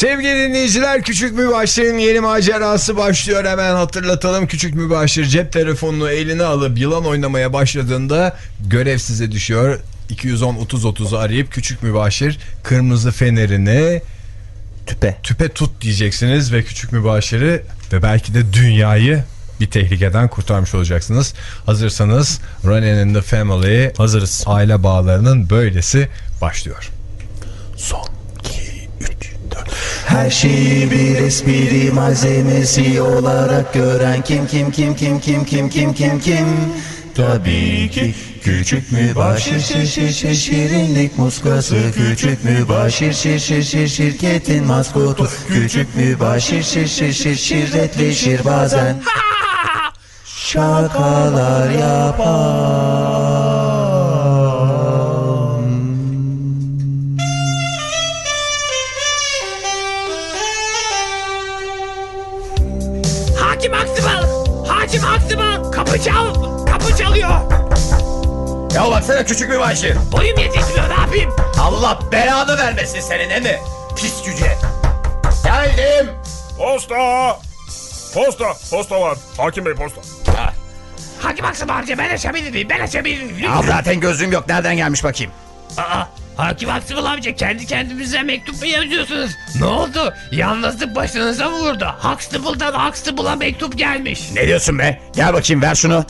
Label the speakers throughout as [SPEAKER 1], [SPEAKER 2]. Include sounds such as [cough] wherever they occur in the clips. [SPEAKER 1] Sevgili dinleyiciler Küçük Mübaşir'in yeni macerası başlıyor. Hemen hatırlatalım. Küçük Mübaşir cep telefonunu eline alıp yılan oynamaya başladığında görev size düşüyor. 210-30-30'u arayıp Küçük Mübaşir kırmızı fenerini
[SPEAKER 2] Tüpe.
[SPEAKER 1] tüpe tut diyeceksiniz ve Küçük Mübaşir'i ve belki de dünyayı bir tehlikeden kurtarmış olacaksınız. Hazırsanız Run and the Family
[SPEAKER 3] Hazırız.
[SPEAKER 1] aile bağlarının böylesi başlıyor.
[SPEAKER 2] Son 2, 3, 4 Her şeyi bir espri malzemesi olarak gören kim kim kim kim kim kim kim kim kim Tabii ki küçük mübaşir şir şir şir şirinlik muskası Küçük mübaşir şir şir şir şirketin maskotu Küçük mübaşir şir şir şir şirretleşir bazen Şakalar yapar
[SPEAKER 4] Hakim Aktıbal! Hakim Aktıbal! Kapı çal! Kapı çalıyor!
[SPEAKER 5] Ya baksana küçük bir başın.
[SPEAKER 4] Boyum yetişmiyor ne yapayım?
[SPEAKER 5] Allah belanı vermesin senin he mi? Pis cüce. Geldim.
[SPEAKER 6] Posta! Posta! Posta var. Hakim Bey posta.
[SPEAKER 4] Hakim Aktıbal amca ben açabilir miyim? Ben açabilir miyim?
[SPEAKER 5] Al zaten gözlüğüm yok. Nereden gelmiş bakayım?
[SPEAKER 4] Aa, Hakim Aktıbal amca kendi kendinize mektup mu yazıyorsunuz? Ne oldu? Yalnızlık başınıza mı vurdu? Huxtable'dan Huxtable'a mektup gelmiş.
[SPEAKER 5] Ne diyorsun be? Gel bakayım ver şunu.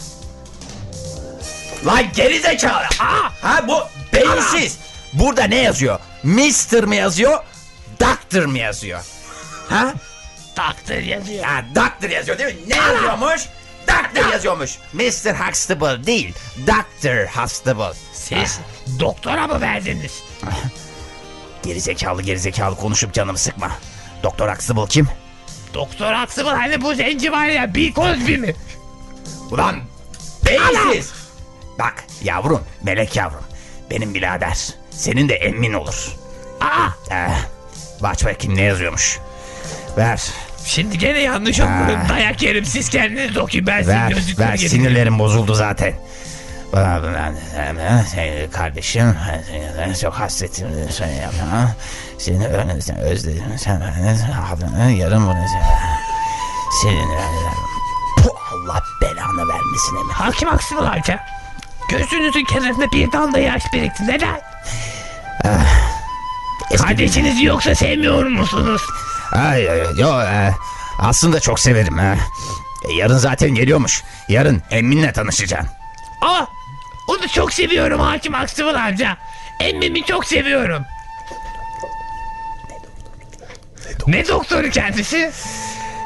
[SPEAKER 5] Lan geri zekalı.
[SPEAKER 4] Aa!
[SPEAKER 5] Ha bu beyinsiz. Burada ne yazıyor? Mister mi yazıyor? Doctor mı yazıyor? Ha?
[SPEAKER 4] Taktır yazıyor.
[SPEAKER 5] Ha doctor yazıyor değil mi? Ne yazıyormuş? Doctor yazıyormuş. Mr. Huxtable değil. Doctor Huxtable.
[SPEAKER 4] Siz doktora mı verdiniz?
[SPEAKER 5] Gerizekalı gerizekalı konuşup canımı sıkma. Doktor Huxtable kim?
[SPEAKER 4] Doktor Huxtable hani bu zenci var ya Bill Cosby mi?
[SPEAKER 5] Ulan beyinsiz. Bak yavrum, melek yavrum. Benim birader. Senin de emmin olur.
[SPEAKER 4] Aa!
[SPEAKER 5] Ee, baş bakayım ne yazıyormuş. Ver,
[SPEAKER 4] Şimdi gene yanlış okudum. Dayak yerim. Siz kendiniz okuyun. Ben sizin
[SPEAKER 5] ver,
[SPEAKER 4] E, gözlükleri
[SPEAKER 5] ver.
[SPEAKER 4] getireyim.
[SPEAKER 5] Sinirlerim bozuldu zaten. Bana- bana- bana- şey, Kardeşim, çok hasretim şey yapma. Seni ö- sen özledim. Sen beni yarın bunu Sinirlerim. Bu Allah belanı vermesin emin.
[SPEAKER 4] Hakim Aksımıl amca. Gözünüzün kenarında bir damla yaş birikti. Neden? Kardeşinizi yoksa sevmiyor musunuz?
[SPEAKER 5] Ay, ay, yo, e, aslında çok severim ha. E, Yarın zaten geliyormuş. Yarın Emmin'le tanışacaksın.
[SPEAKER 4] Aa! Onu çok seviyorum Hakim Aksımıl amca. Emmimi çok seviyorum. Ne doktoru kendisi?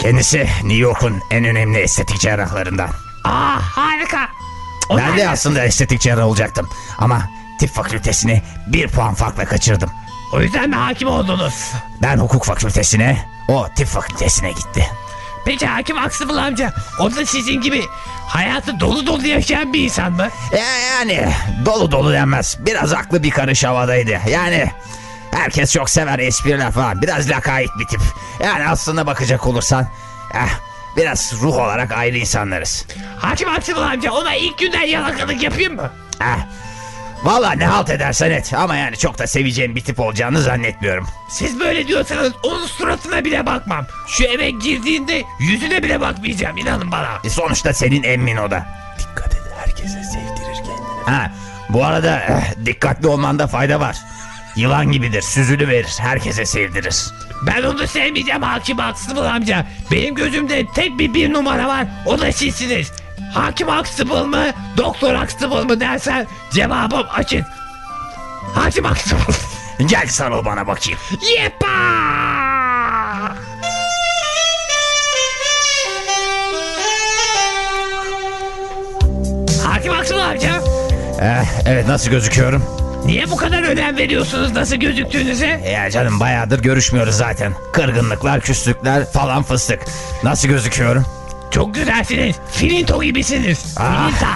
[SPEAKER 5] Kendisi New York'un en önemli estetik cerrahlarından.
[SPEAKER 4] Aa harika. O
[SPEAKER 5] Ben de aslında estetik cerrah olacaktım. Ama tıp fakültesini bir puan farkla kaçırdım.
[SPEAKER 4] O yüzden mi hakim oldunuz?
[SPEAKER 5] Ben hukuk fakültesine, o tıp fakültesine gitti.
[SPEAKER 4] Peki hakim Aksımıl amca o da sizin gibi hayatı dolu dolu yaşayan bir insan mı?
[SPEAKER 5] Ya- Yani dolu dolu denmez. Biraz aklı bir karış havadaydı. Yani herkes çok sever espriler falan. Biraz lakayt bir tip. Yani aslında bakacak olursan eh, biraz ruh olarak ayrı insanlarız.
[SPEAKER 4] Hakim Aksımıl amca ona ilk günden yalakalık yapayım mı?
[SPEAKER 5] Eh, Valla ne halt edersen et ama yani çok da seveceğim bir tip olacağını zannetmiyorum.
[SPEAKER 4] Siz böyle diyorsanız onun suratına bile bakmam. Şu eve girdiğinde yüzüne bile bakmayacağım inanın bana.
[SPEAKER 5] E, Sonuçta senin emmin o da.
[SPEAKER 2] Dikkat et herkese sevdirir kendini
[SPEAKER 5] Ha, bu arada eh, dikkatli olmanda fayda var. Yılan gibidir, süzülü verir, herkese sevdirir.
[SPEAKER 4] Ben onu sevmeyeceğim Hakim Aksımıl amca. Benim gözümde tek bir bir numara var o da sizsiniz. Hakim Aksımıl mı doktor Aksımıl mı dersen cevabım açın. Hakim [laughs] Aksımıl.
[SPEAKER 5] Gel sarıl bana bakayım.
[SPEAKER 4] Yepa! Hakim Aksım amca,
[SPEAKER 5] Eh, evet nasıl gözüküyorum?
[SPEAKER 4] niye bu kadar önem veriyorsunuz nasıl gözüktüğünüze?
[SPEAKER 5] E Ya canım bayağıdır görüşmüyoruz zaten. Kırgınlıklar, küslükler falan fıstık. Nasıl gözüküyorum?
[SPEAKER 4] Çok güzelsiniz, filinto gibisiniz.
[SPEAKER 5] Ah.
[SPEAKER 4] Filinta,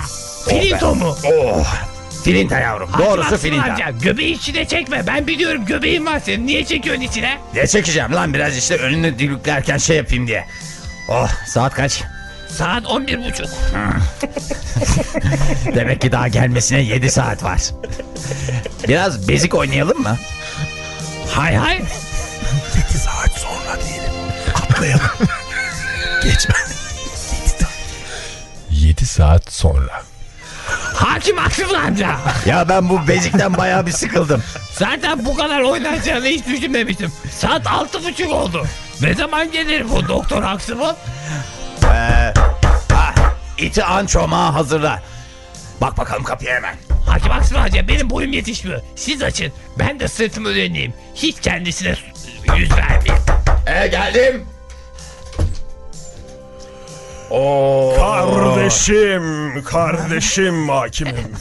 [SPEAKER 4] filinto mu?
[SPEAKER 5] Oh. Filinta yavrum.
[SPEAKER 4] Hakim
[SPEAKER 5] Doğrusu
[SPEAKER 4] Aksım
[SPEAKER 5] filinta.
[SPEAKER 4] amca, göbeği içine çekme, ben biliyorum göbeğin var senin, niye çekiyorsun içine?
[SPEAKER 5] Ne çekeceğim lan biraz işte önünü düdüklerken şey yapayım diye. Oh saat kaç?
[SPEAKER 4] Saat 11.30.
[SPEAKER 5] Demek ki daha gelmesine 7 saat var. Biraz bezik oynayalım mı?
[SPEAKER 4] Hay hay.
[SPEAKER 2] Saat son Atla diyelim. Atlayalım. Geç ben.
[SPEAKER 3] 7 saat sonra.
[SPEAKER 4] Hakim haksız amca.
[SPEAKER 5] Ya ben bu bezikten bayağı bir sıkıldım.
[SPEAKER 4] Zaten bu kadar oynayacağını hiç düşünmemiştim. Saat altı buçuk oldu. Ne zaman gelir bu doktor haksız
[SPEAKER 5] İti Ah, ançoma hazırla. Bak bakalım kapıya hemen.
[SPEAKER 4] Hakim Aksın Hoca benim boyum yetişmiyor. Siz açın. Ben de sırtımı döneyim. Hiç kendisine s- yüz vermeyeyim.
[SPEAKER 5] E geldim. Oo.
[SPEAKER 6] Kardeşim, kardeşim hakimim.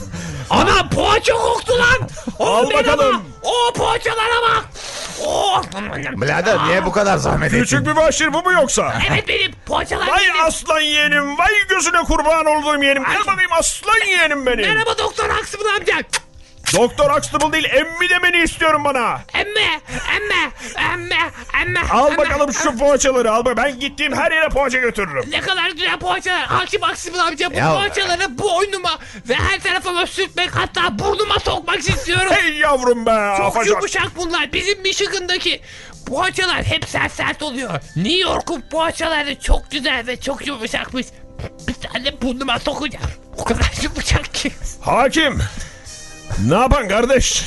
[SPEAKER 4] Ana poğaça koktu lan.
[SPEAKER 6] Al
[SPEAKER 4] benim
[SPEAKER 6] bakalım.
[SPEAKER 4] ama. O poğaçalara bak. Oo.
[SPEAKER 5] Birader niye bu kadar zahmet ettin?
[SPEAKER 6] Küçük bir başır bu mu yoksa?
[SPEAKER 4] Evet benim poğaçalar
[SPEAKER 6] Vay
[SPEAKER 4] benim.
[SPEAKER 6] aslan yeğenim, vay gözüne kurban olduğum yeğenim. Gel bakayım aslan yeğenim benim.
[SPEAKER 4] Merhaba doktor Aksın amca.
[SPEAKER 6] Doktor Huxtable değil, emmi demeni istiyorum bana.
[SPEAKER 4] Emme, emme, emme, emme.
[SPEAKER 6] Al
[SPEAKER 4] emme,
[SPEAKER 6] bakalım şu
[SPEAKER 4] emme.
[SPEAKER 6] poğaçaları al. bak- Ben gittiğim her yere poğaça götürürüm.
[SPEAKER 4] Ne kadar güzel poğaçalar. Hakim Aksın amca bu
[SPEAKER 5] Ya-
[SPEAKER 4] poğaçaları boynuma ve her tarafıma sürtmek hatta burnuma sokmak istiyorum.
[SPEAKER 6] Hey yavrum be
[SPEAKER 4] Çok
[SPEAKER 6] afacan.
[SPEAKER 4] yumuşak bunlar. Bizim Michigan'daki poğaçalar hep sert sert oluyor. New York'un poğaçaları çok güzel ve çok yumuşakmış. Bir tane burnuma sokacağım. O kadar yumuşak ki.
[SPEAKER 6] Hakim. Ne yapan kardeş?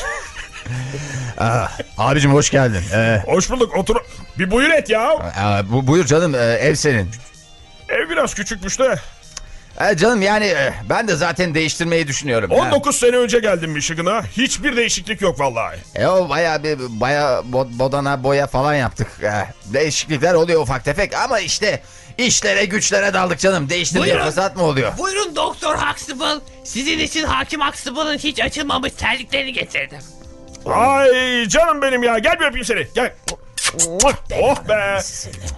[SPEAKER 5] Abicim hoş geldin. Ee,
[SPEAKER 6] Hoş bulduk otur. Bir buyur et ya.
[SPEAKER 5] e, bu, buyur canım e, ev senin.
[SPEAKER 6] Ev biraz küçükmüş de.
[SPEAKER 5] E, canım yani e, ben de zaten değiştirmeyi düşünüyorum. ya.
[SPEAKER 6] 19 sene önce geldim Michigan'a. Hiçbir değişiklik yok vallahi.
[SPEAKER 5] E o baya bir baya bo- bodana boya falan yaptık. E, değişiklikler oluyor ufak tefek ama işte işlere güçlere daldık canım. Değişti diye
[SPEAKER 4] Buyurun.
[SPEAKER 5] fırsat mı oluyor?
[SPEAKER 4] Buyurun Doktor Huxtable. Sizin için Hakim Huxtable'ın hiç açılmamış terliklerini getirdim.
[SPEAKER 6] Ay canım benim ya. Gel bir öpeyim seni. Gel. Oh be.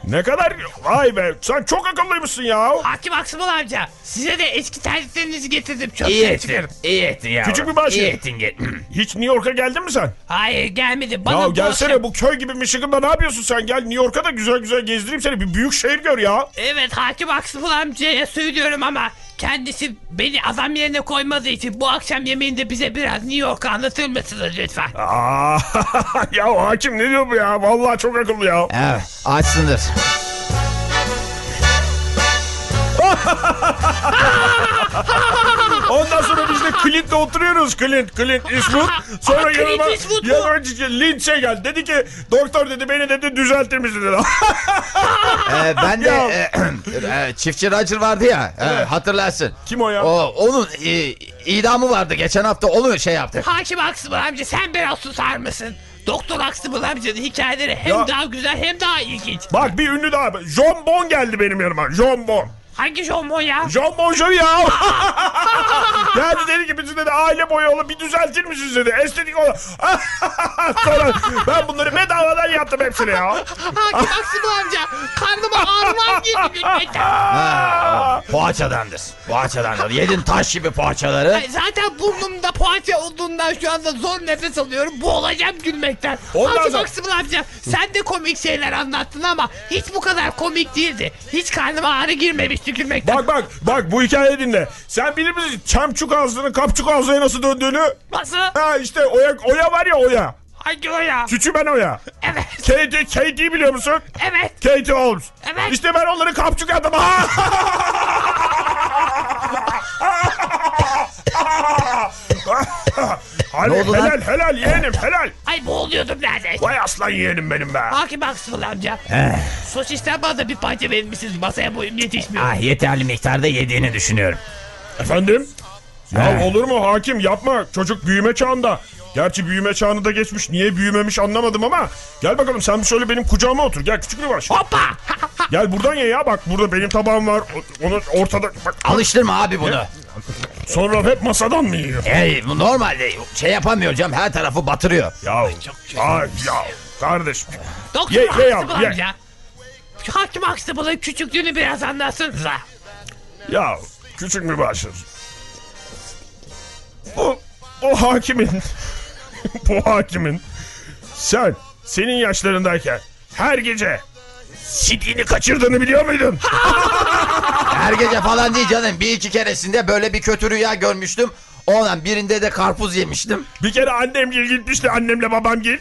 [SPEAKER 6] Ne kadar... Vay be. Sen çok akıllıymışsın ya.
[SPEAKER 4] Hakim Huxtable amca size de eski terliklerinizi getirdim. Çok
[SPEAKER 5] İyi
[SPEAKER 4] teşekkür
[SPEAKER 5] ettin. İyi ettin yavrum.
[SPEAKER 6] Küçük bir bahçe.
[SPEAKER 5] İyi ettin. gel-
[SPEAKER 6] Hiç New York'a geldin mi sen?
[SPEAKER 4] Hayır gelmedi. Bana
[SPEAKER 6] Ya
[SPEAKER 4] bu
[SPEAKER 6] gelsene
[SPEAKER 4] akşam-
[SPEAKER 6] bu köy gibi Michigan'da ne yapıyorsun sen? Gel New York'a da güzel güzel gezdireyim seni. Bir büyük şehir gör ya.
[SPEAKER 4] Evet hakim Aksıfıl amcaya söylüyorum ama kendisi beni adam yerine koymadığı için bu akşam yemeğinde bize biraz New York'u anlatır mısınız lütfen?
[SPEAKER 6] Aa, [laughs] ya hakim ne diyor bu ya? Vallahi çok akıllı ya.
[SPEAKER 5] Evet açsındır.
[SPEAKER 6] Ondan sonra biz de Clint'le oturuyoruz. Clint, Clint Eastwood. Sonra
[SPEAKER 4] Ama Clint
[SPEAKER 6] yanıma,
[SPEAKER 4] Eastwood mu?
[SPEAKER 6] yanıma Lynch'e geldi. Dedi ki doktor dedi beni dedi düzeltir misin dedi. [laughs]
[SPEAKER 5] E, ben de
[SPEAKER 6] Ya.
[SPEAKER 5] e, e, çiftçi Roger vardı ya e, hatırlarsın.
[SPEAKER 6] Kim o ya?
[SPEAKER 5] O, onun e, idamı vardı geçen hafta onu şey yaptık.
[SPEAKER 4] Hakim Aksıfıl amca sen biraz susar mısın? Doktor Aksıfıl amcanın hikayeleri hem
[SPEAKER 6] Ya-
[SPEAKER 4] daha güzel hem daha ilginç.
[SPEAKER 6] Bak bir ünlü daha. John Bon geldi benim yanıma. John Bon.
[SPEAKER 4] Hangi jambon ya?
[SPEAKER 6] John Bon Jovi ya. [laughs] yani dedi ki bizi dedi aile boyalı bir düzeltir misiniz dedi. Estetik olarak. [laughs] sonra ben bunları bedavadan yaptım hepsini ya.
[SPEAKER 4] Hakim Aksıfıl amca karnıma ağrılar girdi
[SPEAKER 6] [laughs]
[SPEAKER 4] gülmekten.
[SPEAKER 5] Ha, o, poğaçadandır. Poğaçadandır. Yedin taş gibi poğaçaları.
[SPEAKER 4] Ay, Zaten burnumda poğaça olduğundan şu anda zor nefes alıyorum. Boğulacağım gülmekten.
[SPEAKER 6] Ondan
[SPEAKER 4] Hakim
[SPEAKER 6] sonra-
[SPEAKER 4] Aksımıl amca sen de komik şeyler anlattın ama hiç bu kadar komik değildi. Hiç karnıma ağrı girmemişti gülmekten.
[SPEAKER 6] Bak bak bak bu hikayeyi dinle. Sen bilir misin çamçuk ağzının kapçuk ağzına nasıl döndüğünü?
[SPEAKER 4] Nasıl?
[SPEAKER 6] Ha işte oya, oya var ya oya.
[SPEAKER 4] Hangi o ya?
[SPEAKER 6] Küçü ben oya.
[SPEAKER 4] Evet.
[SPEAKER 6] Katie, Katie'yi biliyor musun?
[SPEAKER 4] Evet.
[SPEAKER 6] Katie Holmes.
[SPEAKER 4] Evet.
[SPEAKER 6] İşte ben onları kapçuk yaptım.
[SPEAKER 5] [laughs]
[SPEAKER 6] Hadi
[SPEAKER 5] Ne oldu lan?
[SPEAKER 6] helal helal yeğenim helal.
[SPEAKER 4] Ay boğuluyordum neredeyse.
[SPEAKER 6] Vay aslan yeğenim benim be.
[SPEAKER 4] Hakim Aksımıl amca. Sosisten bana bir parça vermişsiniz. Masaya boyum yetişmiyor.
[SPEAKER 5] Ah yeterli miktarda yediğini düşünüyorum.
[SPEAKER 6] Efendim? Ya olur mu hakim yapma çocuk büyüme çağında. Gerçi büyüme çağını da geçmiş niye büyümemiş anlamadım ama Gel bakalım sen bir şöyle benim kucağıma otur gel küçük bir baş
[SPEAKER 4] Hoppa. [laughs]
[SPEAKER 6] Gel buradan ye ya bak burada benim tabağım var O- onu ortada bak
[SPEAKER 5] Alıştırma abi bunu.
[SPEAKER 6] sonra hep masadan mı yiyor?
[SPEAKER 5] Hey, bu normalde şey yapamıyor hocam her tarafı batırıyor.
[SPEAKER 6] Ya, ay, ya kardeşim
[SPEAKER 4] Doktor
[SPEAKER 6] Ye- ye
[SPEAKER 4] Aksımıl
[SPEAKER 6] yavrum, ye.
[SPEAKER 4] amca. Şu Hakim Aksımıl'ın küçüklüğünü biraz anlatsanıza.
[SPEAKER 6] Ya küçük mübaşir. Bu, bu hakimin, [laughs] bu hakimin sen senin yaşlarındayken her gece sidiğini kaçırdığını biliyor muydun?
[SPEAKER 5] Her gece falan değil canım. Bir iki keresinde böyle bir kötü rüya görmüştüm. Olan birinde de karpuz yemiştim.
[SPEAKER 6] Bir kere annem gel gitmişti annemle babam gel.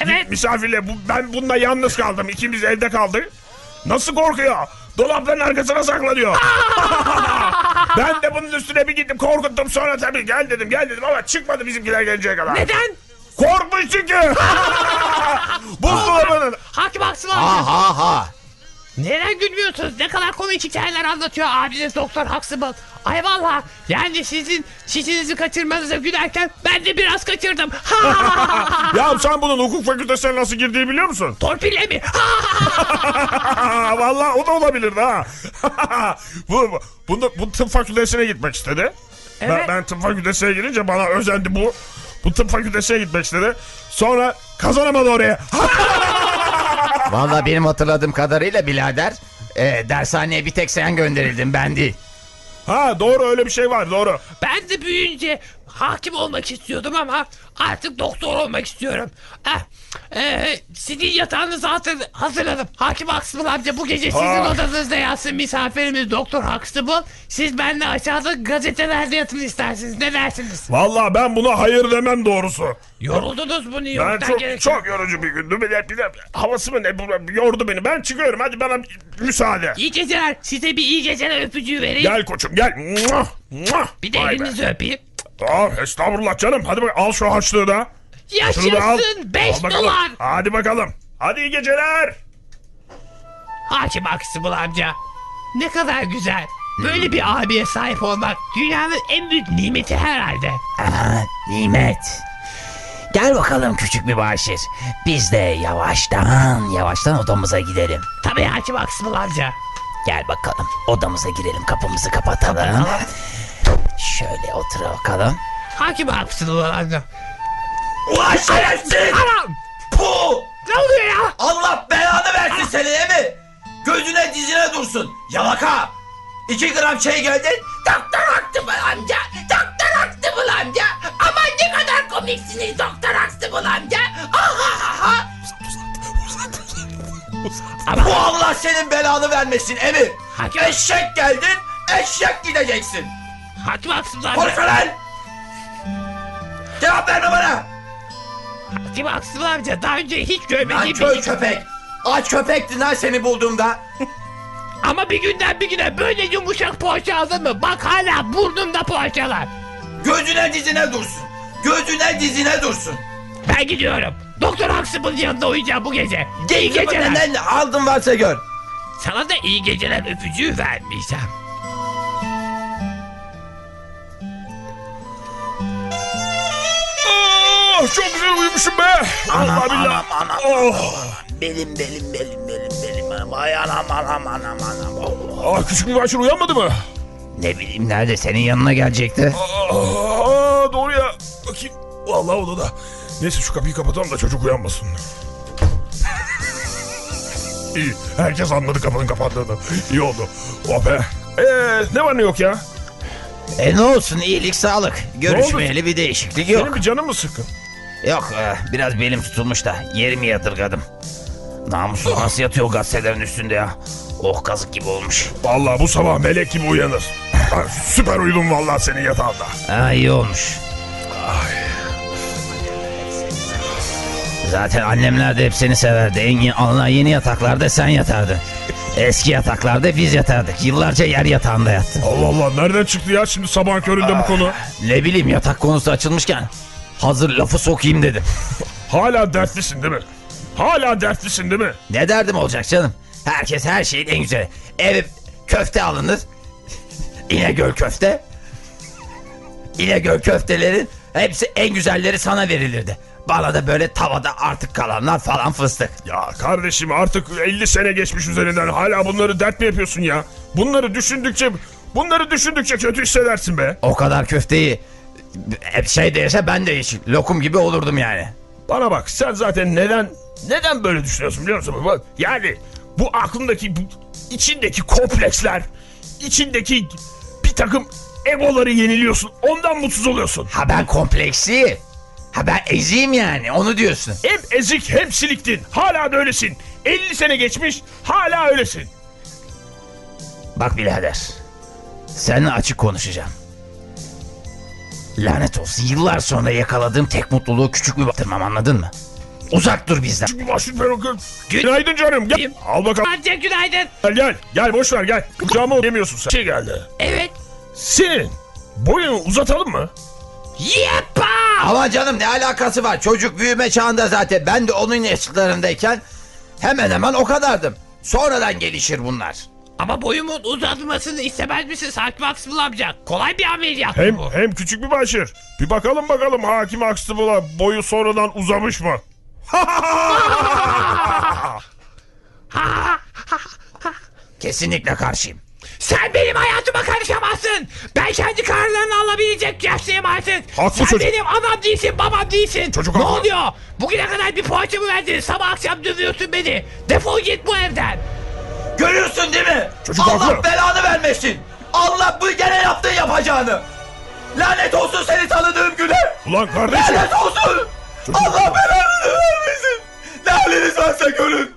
[SPEAKER 4] Evet.
[SPEAKER 6] Misafirle bu, ben bununla yalnız kaldım. İkimiz evde kaldık. Nasıl korkuyor? Dolapların arkasına saklanıyor. [laughs] ben de bunun üstüne bir gittim korkuttum. Sonra tabii gel dedim gel dedim ama çıkmadı bizimkiler gelinceye kadar.
[SPEAKER 4] Neden?
[SPEAKER 6] Korkmuş [laughs] çünkü. Buzdolabının
[SPEAKER 4] Hakim Aksu amca.
[SPEAKER 5] Ha ha ha.
[SPEAKER 4] Neden gülmüyorsunuz? Ne kadar komik hikayeler anlatıyor abiniz Doktor Huxtable. Ay valla yani sizin şişinizi kaçırmanıza gülerken ben de biraz kaçırdım. Ha!
[SPEAKER 6] [laughs] [laughs] Ya sen bunun hukuk fakültesine nasıl girdiğini biliyor musun?
[SPEAKER 4] Torpille mi? Ha!
[SPEAKER 6] Aa, vallahi o da olabilirdi ha. [laughs] bu, bu, bunda, bu tıp fakültesine gitmek istedi. Ben,
[SPEAKER 4] Evet.
[SPEAKER 6] ben tıp fakültesine girince bana özendi bu. Bu tıp fakültesine gitmek istedi. Sonra kazanamadı oraya.
[SPEAKER 5] Valla benim hatırladığım kadarıyla birader e, dershaneye bir tek sen gönderildin ben değil.
[SPEAKER 6] Ha doğru öyle bir şey var doğru.
[SPEAKER 4] Ben de büyüyünce hakim olmak istiyordum ama artık doktor olmak istiyorum. Eh, eh, sizin yatağını zaten hazırladım. Hakim Huxtable amca bu gece sizin
[SPEAKER 6] Ah.
[SPEAKER 4] odanızda yatsın misafirimiz Doktor Huxtable. Siz benimle aşağıda gazetelerde yatın isterseniz. Ne dersiniz?
[SPEAKER 6] Vallahi ben buna hayır demem doğrusu.
[SPEAKER 4] Yoruldunuz mu New
[SPEAKER 6] Ben
[SPEAKER 4] York'tan
[SPEAKER 6] çok,
[SPEAKER 4] gelirken?
[SPEAKER 6] çok yorucu bir gündü. Bir de, bir de havası mı ne bu- yordu beni. Ben çıkıyorum hadi bana müsaade.
[SPEAKER 4] İyi geceler. Size bir iyi geceler öpücüğü vereyim.
[SPEAKER 6] Gel koçum gel. Muah, muah.
[SPEAKER 4] bir de
[SPEAKER 6] Vay be.
[SPEAKER 4] elinizi öpeyim.
[SPEAKER 6] Aa, estağfurullah canım. Hadi bak al şu harçlığı da. Şunu da al.
[SPEAKER 4] Yaşasın 5
[SPEAKER 6] Al bakalım.
[SPEAKER 4] dolar.
[SPEAKER 6] Hadi bakalım. Hadi iyi geceler.
[SPEAKER 4] Hakim Huxtable amca. Ne kadar güzel. Böyle bir abiye sahip olmak dünyanın en büyük nimeti herhalde.
[SPEAKER 5] Aha, nimet. Gel bakalım küçük mübaşir. Biz de yavaştan yavaştan odamıza gidelim.
[SPEAKER 4] Tabii Hakim Huxtable amca.
[SPEAKER 5] Gel bakalım odamıza girelim kapımızı kapatalım. Şöyle otur bakalım.
[SPEAKER 4] Hakim Huxtable amca. Ulan şerefsiz! Anam!
[SPEAKER 3] Puh!
[SPEAKER 4] Ne oluyor ya?
[SPEAKER 3] Allah belanı versin seni değil mi? Gözüne dizine dursun. Yalaka. İki gram şey geldi. Doktor Aktımıl amca. Doktor Aktımıl amca. Aman ne kadar komiksiniz Doktor Aktımıl amca. Ah, Ahahaha.
[SPEAKER 4] Ama-
[SPEAKER 3] ah. Bu Allah senin belanı vermesin Emi.
[SPEAKER 4] Hakem-
[SPEAKER 3] Eşek geldin. Eşek gideceksin.
[SPEAKER 4] Hakim Huxtable amca.
[SPEAKER 3] Konuşma lan. Cevap verme bana.
[SPEAKER 4] Hakim Huxtable amca daha önce hiç
[SPEAKER 3] Lan
[SPEAKER 4] görmediğim
[SPEAKER 3] köy
[SPEAKER 4] bir şey-
[SPEAKER 3] köpek. Aç köpektin lan seni bulduğumda.
[SPEAKER 4] Ama bir günden bir güne böyle yumuşak poğaça aldın mı? Bak hala burnumda poğaçalar.
[SPEAKER 3] Gözüne dizine dursun. Gözüne dizine dursun.
[SPEAKER 4] Ben gidiyorum. Doktor Huxtable'ın yanında uyuyacağım bu gece. İyi
[SPEAKER 3] Geyik
[SPEAKER 4] geceler.
[SPEAKER 3] benden aldın varsa gör.
[SPEAKER 4] Sana da iyi geceler öpücüğü vermeyeceğim.
[SPEAKER 6] Oh, çok güzel uyumuşum be. Allah billah. Oh,
[SPEAKER 5] Belim belim belim belim belim anam ay anam anam anam anam. Oh,
[SPEAKER 6] ah, küçük bir başarı uyanmadı mı?
[SPEAKER 5] Ne bileyim nerede senin yanına gelecekti.
[SPEAKER 6] Aa, Ah, doğru ya. Bakayım. Vallahi odada. Neyse şu kapıyı kapatalım da çocuk uyanmasın. [laughs] İyi. Herkes anladı kapının kapandığını. İyi oldu. Oh be. Ee, ne var ne yok ya?
[SPEAKER 5] E ne olsun iyilik sağlık. Görüşmeyeli bir değişiklik yok.
[SPEAKER 6] Benim bir canım mı sıkkın?
[SPEAKER 5] Yok e, biraz belim tutulmuş da yerimi yadırgadım. Namussuz nasıl yatıyor gazetelerin üstünde ya. Oh kazık gibi olmuş.
[SPEAKER 6] Vallahi bu sabah melek gibi uyanır. Ben süper uyudum vallahi senin yatağında.
[SPEAKER 5] Ha iyi olmuş. Zaten annemler de hep seni severdi. En ye- alınan yeni yataklarda sen yatardın. Eski yataklarda biz yatardık. Yıllarca yer yatağında yattın.
[SPEAKER 6] Allah Allah nereden çıktı ya şimdi sabahın köründe bu konu?
[SPEAKER 5] Ne bileyim yatak konusu açılmışken hazır lafı sokayım dedim.
[SPEAKER 6] Hala dertlisin değil mi? Hala dertlisin değil mi?
[SPEAKER 5] Ne derdim olacak canım? Herkes her şeyin en güzeli. Ev köfte alınır. İnegöl köfte. İnegöl köftelerin hepsi en güzelleri sana verilirdi. Bana da böyle tavada artık kalanlar falan fıstık.
[SPEAKER 6] Ya kardeşim artık 50 sene geçmiş üzerinden hala bunları dert mi yapıyorsun ya? Bunları düşündükçe bunları düşündükçe kötü hissedersin be.
[SPEAKER 5] O kadar köfteyi hep şey değilse ben de hiç lokum gibi olurdum yani.
[SPEAKER 6] Bana bak sen zaten neden neden böyle düşünüyorsun biliyor musun? Bak, yani bu aklındaki bu içindeki kompleksler, içindeki bir takım egoları yeniliyorsun. Ondan mutsuz oluyorsun.
[SPEAKER 5] Ha ben kompleksi. Ha ben eziyim yani onu diyorsun.
[SPEAKER 6] Hem ezik hem siliktin. Hala da öylesin. 50 sene geçmiş hala öylesin.
[SPEAKER 5] Bak birader. Seninle açık konuşacağım. Lanet olsun yıllar sonra yakaladığım tek mutluluğu küçük bir batırmam anladın mı? Uzak dur bizden.
[SPEAKER 6] Başım perukun. Günaydın canım gel. Al bakalım
[SPEAKER 4] Amca günaydın.
[SPEAKER 6] gel gel. Gel boş ver gel. Kucağıma yemiyorsun sen. Şey geldi.
[SPEAKER 4] Evet.
[SPEAKER 6] Senin boyunu uzatalım mı?
[SPEAKER 4] Yepa!
[SPEAKER 5] Ama canım ne alakası var? Çocuk büyüme çağında zaten. Ben de onun yaşlarındayken hemen hemen o kadardım. Sonradan gelişir bunlar.
[SPEAKER 4] Ama boyumun uzatmasını istemez misiniz Hakim Aksımıl amca? Kolay bir ameliyat
[SPEAKER 6] Hem
[SPEAKER 4] bu.
[SPEAKER 6] hem küçük bir başır. Bir bakalım bakalım hakim Huxtable'a boyu sonradan uzamış mı?
[SPEAKER 5] Kesinlikle karşıyım.
[SPEAKER 4] Sen benim hayatıma karışamazsın. Ben kendi kararlarını alabilecek yaşlıyım artık.
[SPEAKER 6] Haklı
[SPEAKER 4] Sen
[SPEAKER 6] çocuk.
[SPEAKER 4] benim anam değilsin, babam değilsin.
[SPEAKER 6] Çocuk
[SPEAKER 4] ne
[SPEAKER 6] haklı.
[SPEAKER 4] oluyor? Bugüne kadar bir poğaça mı verdin? Sabah akşam dövüyorsun beni. Defol git bu evden.
[SPEAKER 3] Görüyorsun değil mi?
[SPEAKER 6] Çocuk
[SPEAKER 3] Allah
[SPEAKER 6] haklı.
[SPEAKER 3] belanı vermesin. Allah bu gene yaptığı yapacağını. Lanet olsun seni tanıdığım güne.
[SPEAKER 6] Ulan kardeşim.
[SPEAKER 3] Lanet olsun. Allah belanı vermesin. Ne haliniz varsa görün.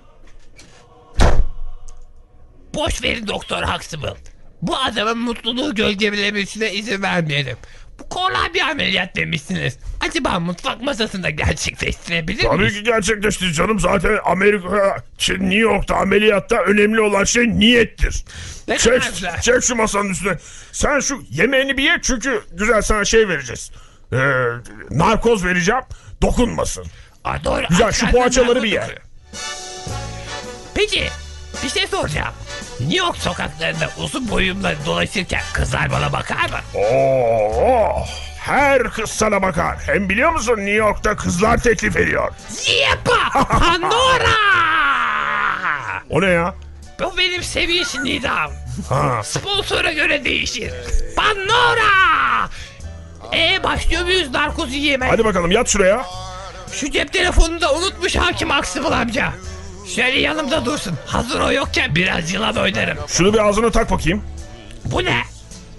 [SPEAKER 4] Boş verin Doktor Huxtable. Bu adamın mutluluğu gölgelemesine izin vermeyelim. Bu kolay bir ameliyat demişsiniz. Acaba mutfak masasında gerçekleştirebilir
[SPEAKER 6] Tabii
[SPEAKER 4] miyiz?
[SPEAKER 6] ki gerçekleşti canım. Zaten Amerika, Çin, New York'ta ameliyatta önemli olan şey niyettir.
[SPEAKER 4] Ne
[SPEAKER 6] Çek,
[SPEAKER 4] kadar güzel.
[SPEAKER 6] çek şu masanın üstüne. Sen şu yemeğini bir ye çünkü güzel sana şey vereceğiz. Ee, narkoz vereceğim. Dokunmasın.
[SPEAKER 4] Aa, doğru.
[SPEAKER 6] Güzel
[SPEAKER 4] Ay,
[SPEAKER 6] şu
[SPEAKER 4] karnım
[SPEAKER 6] poğaçaları bir ye.
[SPEAKER 4] ağrıyor. Peki bir şey soracağım. New York sokaklarında uzun boyumla dolaşırken kızlar bana bakar mı?
[SPEAKER 6] Oo, her kız sana bakar. Hem biliyor musun New York'ta kızlar teklif ediyor.
[SPEAKER 4] Yepa! Pandora!
[SPEAKER 6] O ne ya?
[SPEAKER 4] Bu benim sevinç nidam.
[SPEAKER 6] Ha.
[SPEAKER 4] Sponsora göre değişir. Pandora! E başlıyor muyuz narkozu yeme?
[SPEAKER 6] Hadi bakalım yat şuraya.
[SPEAKER 4] Şu cep telefonunu da unutmuş hakim Aksıbıl amca. Şöyle yanımda dursun. Hazır o yokken biraz yılan oynarım.
[SPEAKER 6] Şunu bir ağzına tak bakayım.
[SPEAKER 4] Bu ne?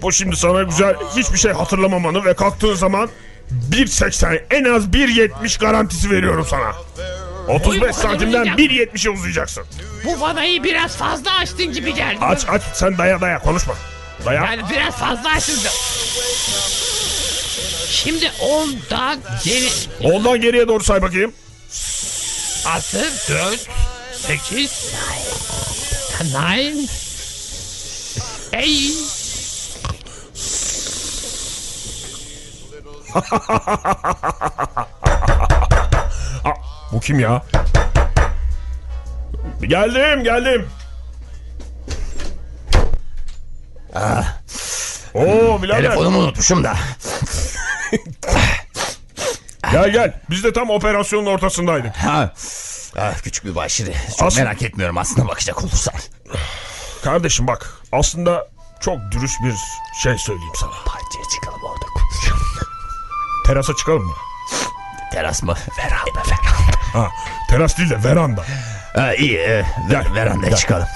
[SPEAKER 6] Bu şimdi sana güzel hiçbir şey hatırlamamanı ve kalktığın zaman 1.80 en az 1.70 garantisi veriyorum sana. 35 santimden 1.70'e uzayacaksın.
[SPEAKER 4] Bu vanayı biraz fazla açtın gibi geldi.
[SPEAKER 6] Aç aç sen daya daya konuşma. Daya.
[SPEAKER 4] Yani biraz fazla açıldı. Şimdi ondan geri
[SPEAKER 6] Ondan geriye doğru say bakayım.
[SPEAKER 4] altı, dört, sekiz, nine, ey,
[SPEAKER 6] Bu kim ya? Geldim geldim. Oo birader
[SPEAKER 5] Telefonumu unutmuşum da.
[SPEAKER 6] gel gel. Biz de tam operasyonun ortasındaydık.
[SPEAKER 5] Ha. Ah, küçük bir başarı. Çok
[SPEAKER 6] Aslında-
[SPEAKER 5] merak etmiyorum aslında bakacak olursan.
[SPEAKER 6] Kardeşim bak aslında çok dürüst bir şey söyleyeyim sana.
[SPEAKER 5] Bahçeye çıkalım orada.
[SPEAKER 6] Terasa çıkalım mı?
[SPEAKER 5] Teras mı? Veranda veranda.
[SPEAKER 6] Ha, teras değil de veranda.
[SPEAKER 5] Ha, iyi. E, ver, verandaya çıkalım.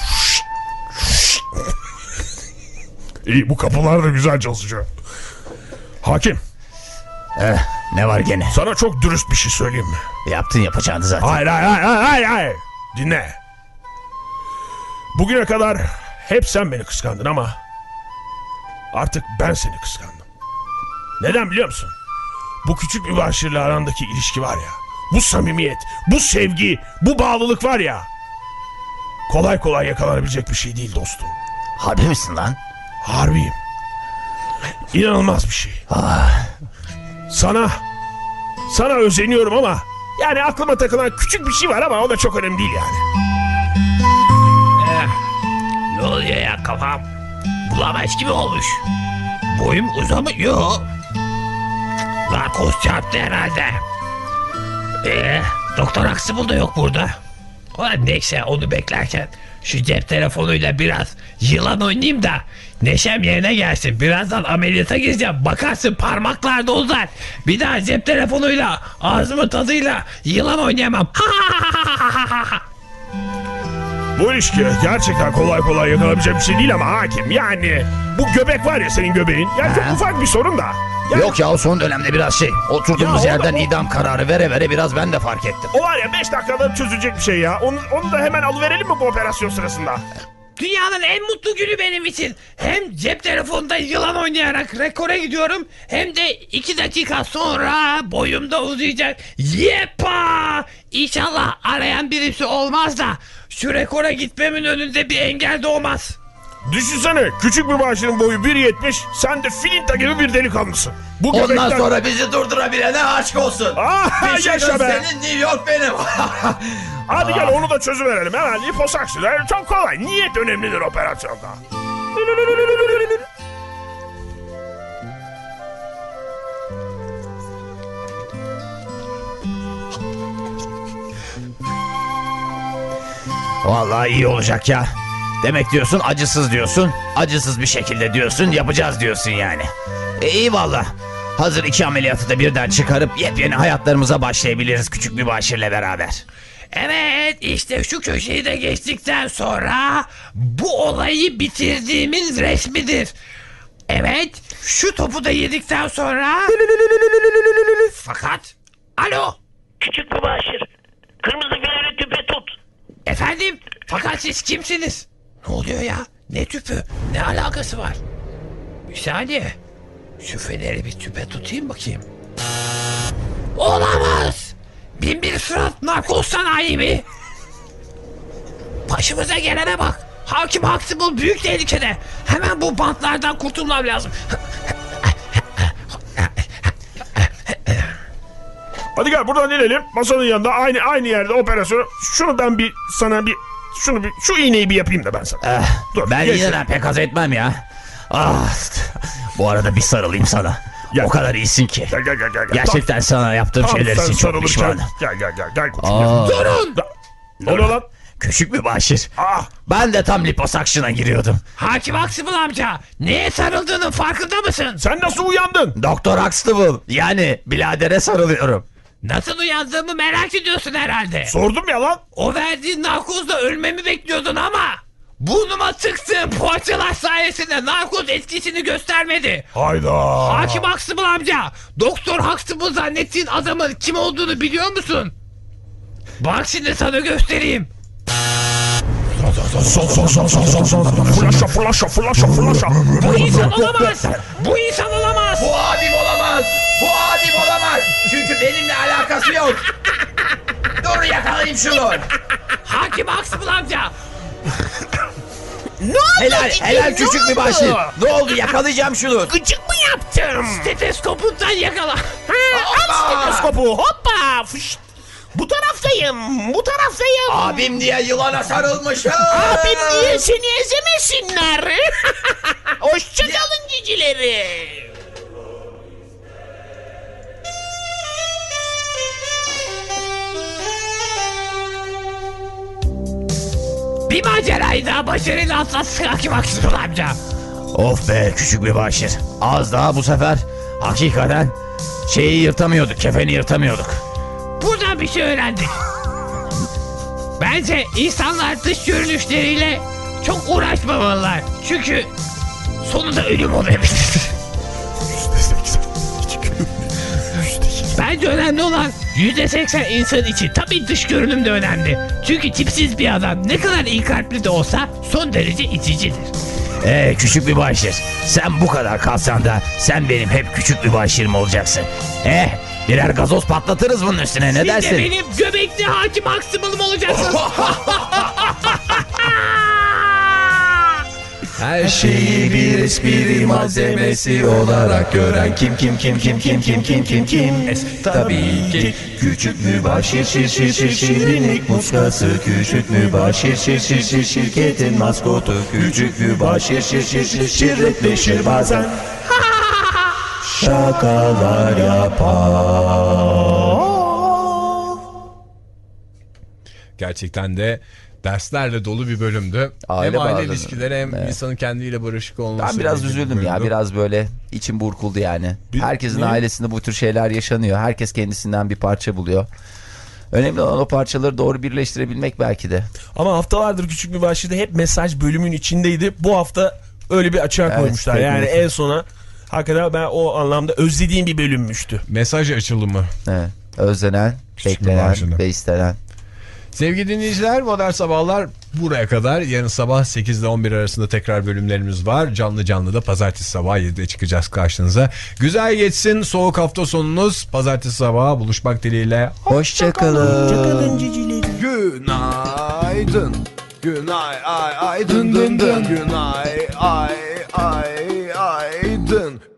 [SPEAKER 6] İyi bu kapılar da güzel çalışıyor. Hakim
[SPEAKER 5] Eh, ne var gene?
[SPEAKER 6] sana çok dürüst bir şey söyleyeyim mi?
[SPEAKER 5] Yaptın yapacağını zaten.
[SPEAKER 6] Hayır hayır hayır hayır hayır, hayır. Dinle. Bugüne kadar hep sen beni kıskandın ama artık ben seni kıskandım. Neden biliyor musun? Bu küçük mübaşirle arandaki ilişki var ya. Bu samimiyet, bu sevgi, bu bağlılık var ya. Kolay kolay yakalanabilecek bir şey değil dostum.
[SPEAKER 5] Harbi misin lan?
[SPEAKER 6] Harbiyim. İnanılmaz bir şey. Sana sana özeniyorum ama yani aklıma takılan küçük bir şey var ama o da çok önemli değil yani.
[SPEAKER 4] ne oluyor ya kafam? Bulamaç gibi olmuş. Boyum uzamıyor. Narkoz çarptı herhalde. Ee, Doktor Aksıbıl da yok burada. Ulan neyse onu beklerken şu cep telefonuyla biraz yılan oynayayım da neşem yerine gelsin. Birazdan ameliyata gireceğim. Bakarsın parmaklarda uzar. Bir daha cep telefonuyla ağzımın tadıyla yılan oynayamam.
[SPEAKER 6] Bu ilişki gerçekten kolay kolay yakalabilecek bir şey değil ama hakim yani bu göbek var ya senin göbeğin. Yani çok ufak bir sorun da. Yani
[SPEAKER 5] Yok ya o son dönemde biraz şey. Oturduğumuz
[SPEAKER 6] Ya o da-
[SPEAKER 5] yerden idam kararı vere vere biraz ben de fark ettim.
[SPEAKER 6] O var ya 5 dakikada çözülecek bir şey ya. Onu, onu da hemen alıverelim mi bu operasyon sırasında?
[SPEAKER 4] Dünyanın en mutlu günü benim için. Hem cep telefonunda yılan oynayarak rekora gidiyorum hem de iki dakika sonra boyumda uzayacak. Yepa! İnşallah arayan birisi olmaz da şu rekora gitmemin önünde bir engel doğmaz.
[SPEAKER 6] Düşünsene küçük bir bağışının boyu 1.70 sen de filinta gibi bir delikanlısın. Bu
[SPEAKER 7] Ondan
[SPEAKER 6] göbekten-
[SPEAKER 7] sonra şey bizi durdurabilene aşk olsun.
[SPEAKER 6] Ah,
[SPEAKER 7] Michigan
[SPEAKER 6] yaşa be.
[SPEAKER 7] senin New York benim. [laughs]
[SPEAKER 6] Hadi
[SPEAKER 3] Ah.
[SPEAKER 6] gel onu da çözüverelim hemen liposaksılar çok kolay niyet önemlidir operasyonda.
[SPEAKER 3] Vallahi iyi olacak ya. Demek diyorsun acısız diyorsun. Acısız bir şekilde diyorsun yapacağız diyorsun yani. E, iyi valla. Hazır iki ameliyatı da birden çıkarıp yepyeni hayatlarımıza başlayabiliriz küçük mübaşirle beraber.
[SPEAKER 4] Evet işte şu köşeyi de geçtikten sonra bu olayı bitirdiğimiz resmidir. Evet şu topu da yedikten sonra... Fakat... Alo
[SPEAKER 8] Küçük mübaşir. Kırmızı görevli tüpe tut.
[SPEAKER 4] efendim fakat siz kimsiniz? Ne oluyor ya? Ne tüpü? Ne alakası var? Bir saniye. Şu feneri bir tüpe tutayım bakayım. Olamaz! Bin bir Fırat narkoz sanayi mi? Başımıza gelene bak. Hakim Huxtable büyük tehlikede. Hemen bu bantlardan kurtulmam lazım.
[SPEAKER 6] Hadi gel buradan inelim masanın yanında aynı aynı yerde operasyonu. Şunu ben bir sana bir şunu bir şu iğneyi bir yapayım da ben sana. Ah, Dur,
[SPEAKER 3] Ah, Ben
[SPEAKER 6] geç.
[SPEAKER 3] yine pek haz etmem ya. Ah, bu arada bir sarılayım sana.
[SPEAKER 6] Gel.
[SPEAKER 3] O kadar iyisin ki.
[SPEAKER 6] Gel gel gel gel. gel.
[SPEAKER 3] Gerçekten sana yaptığım
[SPEAKER 6] Tam- tam
[SPEAKER 3] şeyler
[SPEAKER 6] sen
[SPEAKER 3] için çok
[SPEAKER 6] sarılırken-
[SPEAKER 3] pişmanım.
[SPEAKER 6] Gel gel gel gel. koçum,
[SPEAKER 3] Aa.
[SPEAKER 6] gel. Ne oluyor lan?
[SPEAKER 3] Küçük mübaşir.
[SPEAKER 6] Ah
[SPEAKER 3] Ben de tam liposakşına giriyordum.
[SPEAKER 4] Hakim Huxtable amca neye sarıldığının farkında mısın?
[SPEAKER 6] sen nasıl uyandın?
[SPEAKER 3] Doktor Huxtable yani biladere sarılıyorum.
[SPEAKER 4] Nasıl uyandığımı merak ediyorsun herhalde.
[SPEAKER 6] Sordum ya lan.
[SPEAKER 4] O verdiğin narkozla ölmemi bekliyordun ama burnuma tıktığın poğaçalar sayesinde narkoz etkisini göstermedi.
[SPEAKER 6] Hayda.
[SPEAKER 4] Hakim Huxtable amca, Doktor Huxtable zannettiğin adamın kim olduğunu biliyor musun? Bak şimdi sana göstereyim.
[SPEAKER 6] Flaşa flaşa flaşa flaşa.
[SPEAKER 4] Bu insan olamaz. Bu insan olamaz.
[SPEAKER 7] Bu abim olamaz. Bu abim olamaz. Çünkü benimle alakası yok. Dur yakalayayım şunu.
[SPEAKER 4] Hakim Huxtable amca,
[SPEAKER 3] Helal, helal küçük mübaşir. Ne oldu yakalayacağım şunu.
[SPEAKER 4] gıcık mı yaptım? Stetoskopundan yakala.
[SPEAKER 6] Stetoskopu hop.
[SPEAKER 8] Bu taraftayım, bu taraftayım.
[SPEAKER 7] Abim diye yılana sarılmışım.
[SPEAKER 8] Abim diye seni ezemesinler. [laughs] Hoşçakalın cicileri.
[SPEAKER 4] Bir macerayı daha başarıyla atlattık Hakim Huxtable amca.
[SPEAKER 3] Of be küçük mübaşir. Az daha bu sefer hakikaten şeyi yırtamıyorduk, kefeni yırtamıyorduk.
[SPEAKER 4] Buradan bir şey öğrendik. Bence insanlar dış görünüşleriyle çok uğraşmamalılar. Çünkü sonunda ölüm olabilir. Bence önemli olan %80 insan için. Tabii dış görünüm de önemli. Çünkü tipsiz bir adam ne kadar iyi kalpli de olsa son derece iticidir.
[SPEAKER 3] Ee küçük mübaşir. Sen bu kadar kalsan da sen benim hep küçük mübaşirim olacaksın. Eh birer gazoz patlatırız bunun üstüne ne
[SPEAKER 4] Bir de
[SPEAKER 3] dersin?
[SPEAKER 4] benim göbekli hakim aksımılım [laughs] olacaksın.
[SPEAKER 1] Her
[SPEAKER 2] şeyi bir espri malzemesi olarak gören kim kim kim kim kim kim kim kim kim Tabii ki küçük mübaşir şir şir şir şirinik muskası Küçük mübaşir şir şir şir şirketin maskotu Küçük mübaşir şir şir şir şirretleşir bazen Şakalar yapar
[SPEAKER 1] Gerçekten de derslerle dolu bir bölümdü.
[SPEAKER 5] Aile
[SPEAKER 1] hem aile
[SPEAKER 5] bağlarını-
[SPEAKER 1] ilişkileri hem insanın kendiyle barışık olması.
[SPEAKER 5] Ben biraz
[SPEAKER 1] ile ilgili bir
[SPEAKER 5] üzüldüm ya
[SPEAKER 1] bölümdü.
[SPEAKER 5] biraz böyle içim burkuldu yani.
[SPEAKER 1] Bir-
[SPEAKER 5] Herkesin
[SPEAKER 1] niye?
[SPEAKER 5] ailesinde bu tür şeyler yaşanıyor. Herkes kendisinden bir parça buluyor. Önemli olan o parçaları doğru birleştirebilmek belki de.
[SPEAKER 9] Ama haftalardır küçük bir başlığı hep mesaj bölümün içindeydi. Bu hafta öyle bir açığa koymuşlar.
[SPEAKER 5] pek
[SPEAKER 9] Yani
[SPEAKER 5] mümkün.
[SPEAKER 9] en sona hakikaten ben o anlamda özlediğim bir bölünmüştü.
[SPEAKER 1] Mesaj açılımı.
[SPEAKER 5] Evet. Özlenen,
[SPEAKER 1] Küçük bir
[SPEAKER 5] beklenen
[SPEAKER 1] maaşını.
[SPEAKER 5] ve istenen.
[SPEAKER 1] Sevgili dinleyiciler Modern Sabahlar buraya kadar. Yarın sabah 8 ile 11 arasında tekrar bölümlerimiz var. Canlı canlı da pazartesi sabah 7'de çıkacağız karşınıza. Güzel geçsin soğuk hafta sonunuz. Pazartesi sabahı buluşmak dileğiyle.
[SPEAKER 10] Hoşçakalın.
[SPEAKER 1] Günaydın. Günay ay ay dın dın dın. Günay ay ay ay dın.